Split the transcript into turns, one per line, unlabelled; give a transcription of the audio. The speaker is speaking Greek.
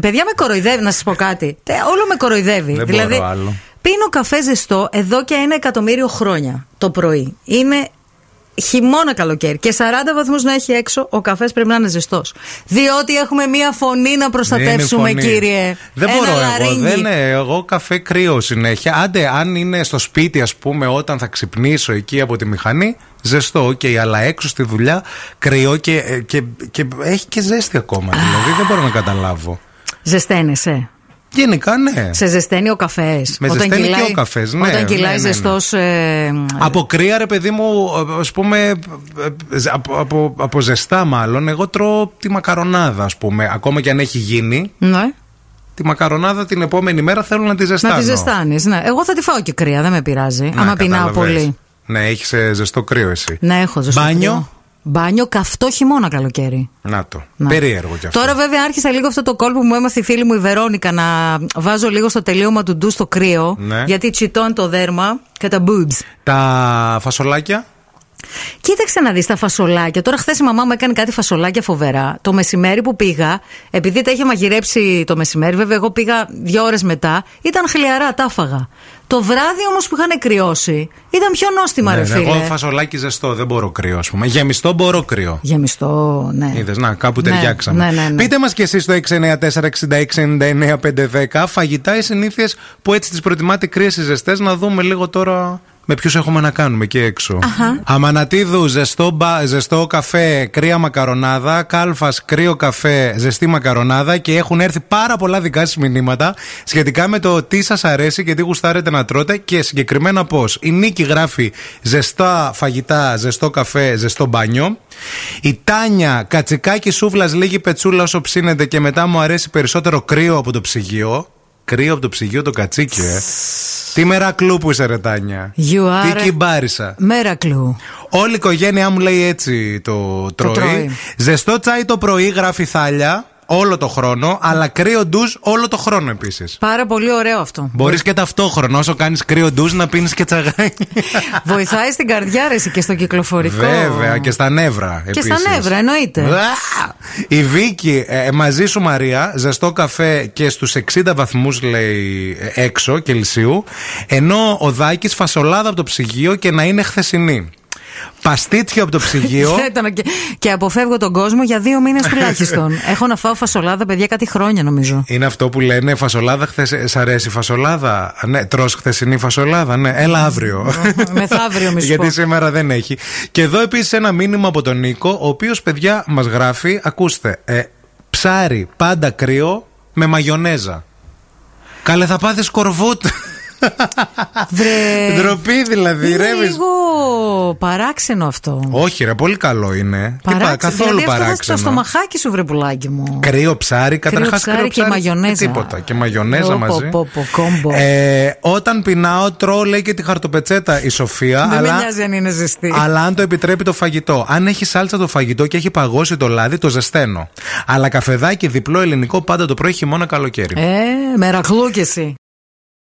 Παιδιά με κοροϊδεύει, να σας πω κάτι. Τε, όλο με κοροϊδεύει.
Δεν
δηλαδή,
μπορώ άλλο.
πίνω καφέ ζεστό εδώ και ένα εκατομμύριο χρόνια το πρωί. Είναι χειμώνα καλοκαίρι και 40 βαθμούς να έχει έξω, ο καφές πρέπει να είναι ζεστός. Διότι έχουμε μία φωνή να προστατεύσουμε,
Είναι η φωνή.
κύριε.
Δεν
Ένα
μπορώ εγώ.
λαρύγγι.
Δεν, ε, εγώ καφέ κρύο συνέχεια. Άντε, αν είναι στο σπίτι, ας πούμε, όταν θα ξυπνήσω εκεί από τη μηχανή, ζεστό, οκ, αλλά έξω στη δουλειά κρύο και, ε, και, και έχει και ζέστη ακόμα. δηλαδή δεν μπορώ να καταλάβω.
Ζεσταίνεσαι.
Γενικά, ναι.
Σε ζεσταίνει ο καφές.
Με ζεσταίνει και ο καφές, ναι,
Όταν
ναι,
κυλάει
ναι, ναι.
ζεστός ε, ζεστό.
Από κρύα, ρε παιδί μου, ας πούμε, ε, ε, από, από, από ζεστά μάλλον, εγώ τρώω τη μακαρονάδα, ας πούμε. Ακόμα και αν έχει γίνει,
ναι.
τη μακαρονάδα την επόμενη μέρα θέλω να τη ζεστάνω.
Να τη ζεστάνεις. Ναι. Εγώ θα τη φάω και κρύα, δεν με πειράζει.
Να,
άμα πεινάω
κατάλαβες.
πολύ. Ναι.
Ναι, έχεις ε, ζεστό κρύο εσύ.
Να έχω ζεστό.
Μπάνιο.
κρύο. Μπάνιο καυτό χειμώνα καλοκαίρι.
Να το.
Να.
Περίεργο κι αυτό.
Τώρα βέβαια άρχισα λίγο αυτό το κόλπο που μου έμαθε η φίλη μου η Βερόνικα να βάζω λίγο στο τελείωμα του ντου στο κρύο.
Ναι.
Γιατί τσιτώνει το δέρμα και τα boobs.
Τα φασολάκια.
Κοίταξε να δεις τα φασολάκια. Τώρα, χθες η μαμά μου έκανε κάτι φασολάκια φοβερά. Το μεσημέρι που πήγα, επειδή τα είχε μαγειρέψει το μεσημέρι, βέβαια, εγώ πήγα δύο ώρες μετά, ήταν χλιαρά, τα φάγα. Το βράδυ όμως που είχαν κρυώσει, ήταν πιο νόστιμα,
Ναι,
ρε
ναι,
φίλε.
εγώ φασολάκι ζεστό, δεν μπορώ κρύο, ας πούμε. Γεμιστό μπορώ κρύο.
Γεμιστό, ναι.
Είδες, να, κάπου
Ναι,
ταιριάξαμε.
ναι, ναι, ναι.
Πείτε μας κι εσείς το 694-6699-510 φαγητά ή συνήθειες που έτσι τις προτιμάτε κρύε ή ζεστές, να δούμε λίγο τώρα με ποιους έχουμε να κάνουμε και έξω. Αμανατίδου, ζεστό, μπα- ζεστό καφέ, κρύα μακαρονάδα. Κάλφας, κρύο καφέ, ζεστή μακαρονάδα. Και έχουν έρθει πάρα πολλά δικά σας μηνύματα σχετικά με το τι σας αρέσει και τι γουστάρετε να τρώτε και συγκεκριμένα πώς. Η Νίκη γράφει ζεστά φαγητά, ζεστό καφέ, ζεστό μπάνιο. Η Τάνια, κατσικάκι σούβλας, λίγη πετσούλα όσο ψήνεται και μετά μου αρέσει περισσότερο κρύο από το ψυγείο. Κρύο από το ψυγείο το κατσίκι, ε. Τι μερακλού που είσαι, ρε Τάνια.
You are-
Τι κυμπάρισα.
Μέρακλου.
Όλη η οικογένειά μου λέει έτσι το τρώει.
τρώει.
Ζεστό τσάι το πρωί γράφει θάλια όλο το χρόνο, αλλά κρύο ντουζ όλο το χρόνο επίσης.
Πάρα πολύ ωραίο αυτό.
Μπορείς και ταυτόχρονα όσο κάνεις κρύο ντουζ να πίνεις και τσαγάκι.
Βοηθάει στην καρδιά, ρε, εσύ, και στο κυκλοφορικό.
Βέβαια και στα νεύρα.
Και στα
επίσης.
νεύρα, εννοείται.
Βα! Η Βίκη, ε, μαζί σου Μαρία, ζεστό καφέ και στους 60 βαθμούς λέει ε, έξω Κελσίου. Ενώ ο Δάκης φασολάδα από το ψυγείο και να είναι χθεσινή. Παστίτσιο από το ψυγείο.
Θα ήταν και- Και αποφεύγω τον κόσμο για δύο μήνες τουλάχιστον. Έχω να φάω φασολάδα, παιδιά, κάτι χρόνια νομίζω.
Είναι αυτό που λένε φασολάδα χθες. Σ' αρέσει η φασολάδα. Ναι, τρώ χθεσινή φασολάδα. Ναι, έλα αύριο.
Μεθαύριο, μη σου
Γιατί
πω.
σήμερα δεν έχει. Και εδώ επίσης ένα μήνυμα από τον Νίκο, ο οποίος παιδιά μας γράφει, ακούστε, ε, ψάρι πάντα κρύο με μαγιονέζα. Καλέ, θα πάθεις κορβούτ.
Βρε.
Ντροπή δηλαδή,
Είναι
ρεύεις.
Ε, λίγο παράξενο αυτό.
Όχι, ρε, πολύ καλό είναι. Τι πά, καθόλου
δηλαδή, Αυτό θα στο
παράξενο.
στομαχάκι σου, βρε πουλάκι μου.
Κρύο ψάρι, καταρχάς
ψάρι και μαγιονέζα.
Τίποτα. Και μαγιονέζα
Πω, πω,
μαζί.
πω, πω, κόμπο.
Ε, όταν πεινάω, τρώω λέει και τη χαρτοπετσέτα η Σοφία.
Δεν με
αλλά,
νοιάζει αν είναι ζεστή.
αλλά αν το επιτρέπει το φαγητό. Αν έχει σάλτσα το φαγητό και έχει παγώσει το λάδι, το ζεσταίνω. Αλλά καφεδάκι διπλό ελληνικό πάντα το πρωί χειμώνα καλοκαίρι.
Ε, μερακλού κι εσύ.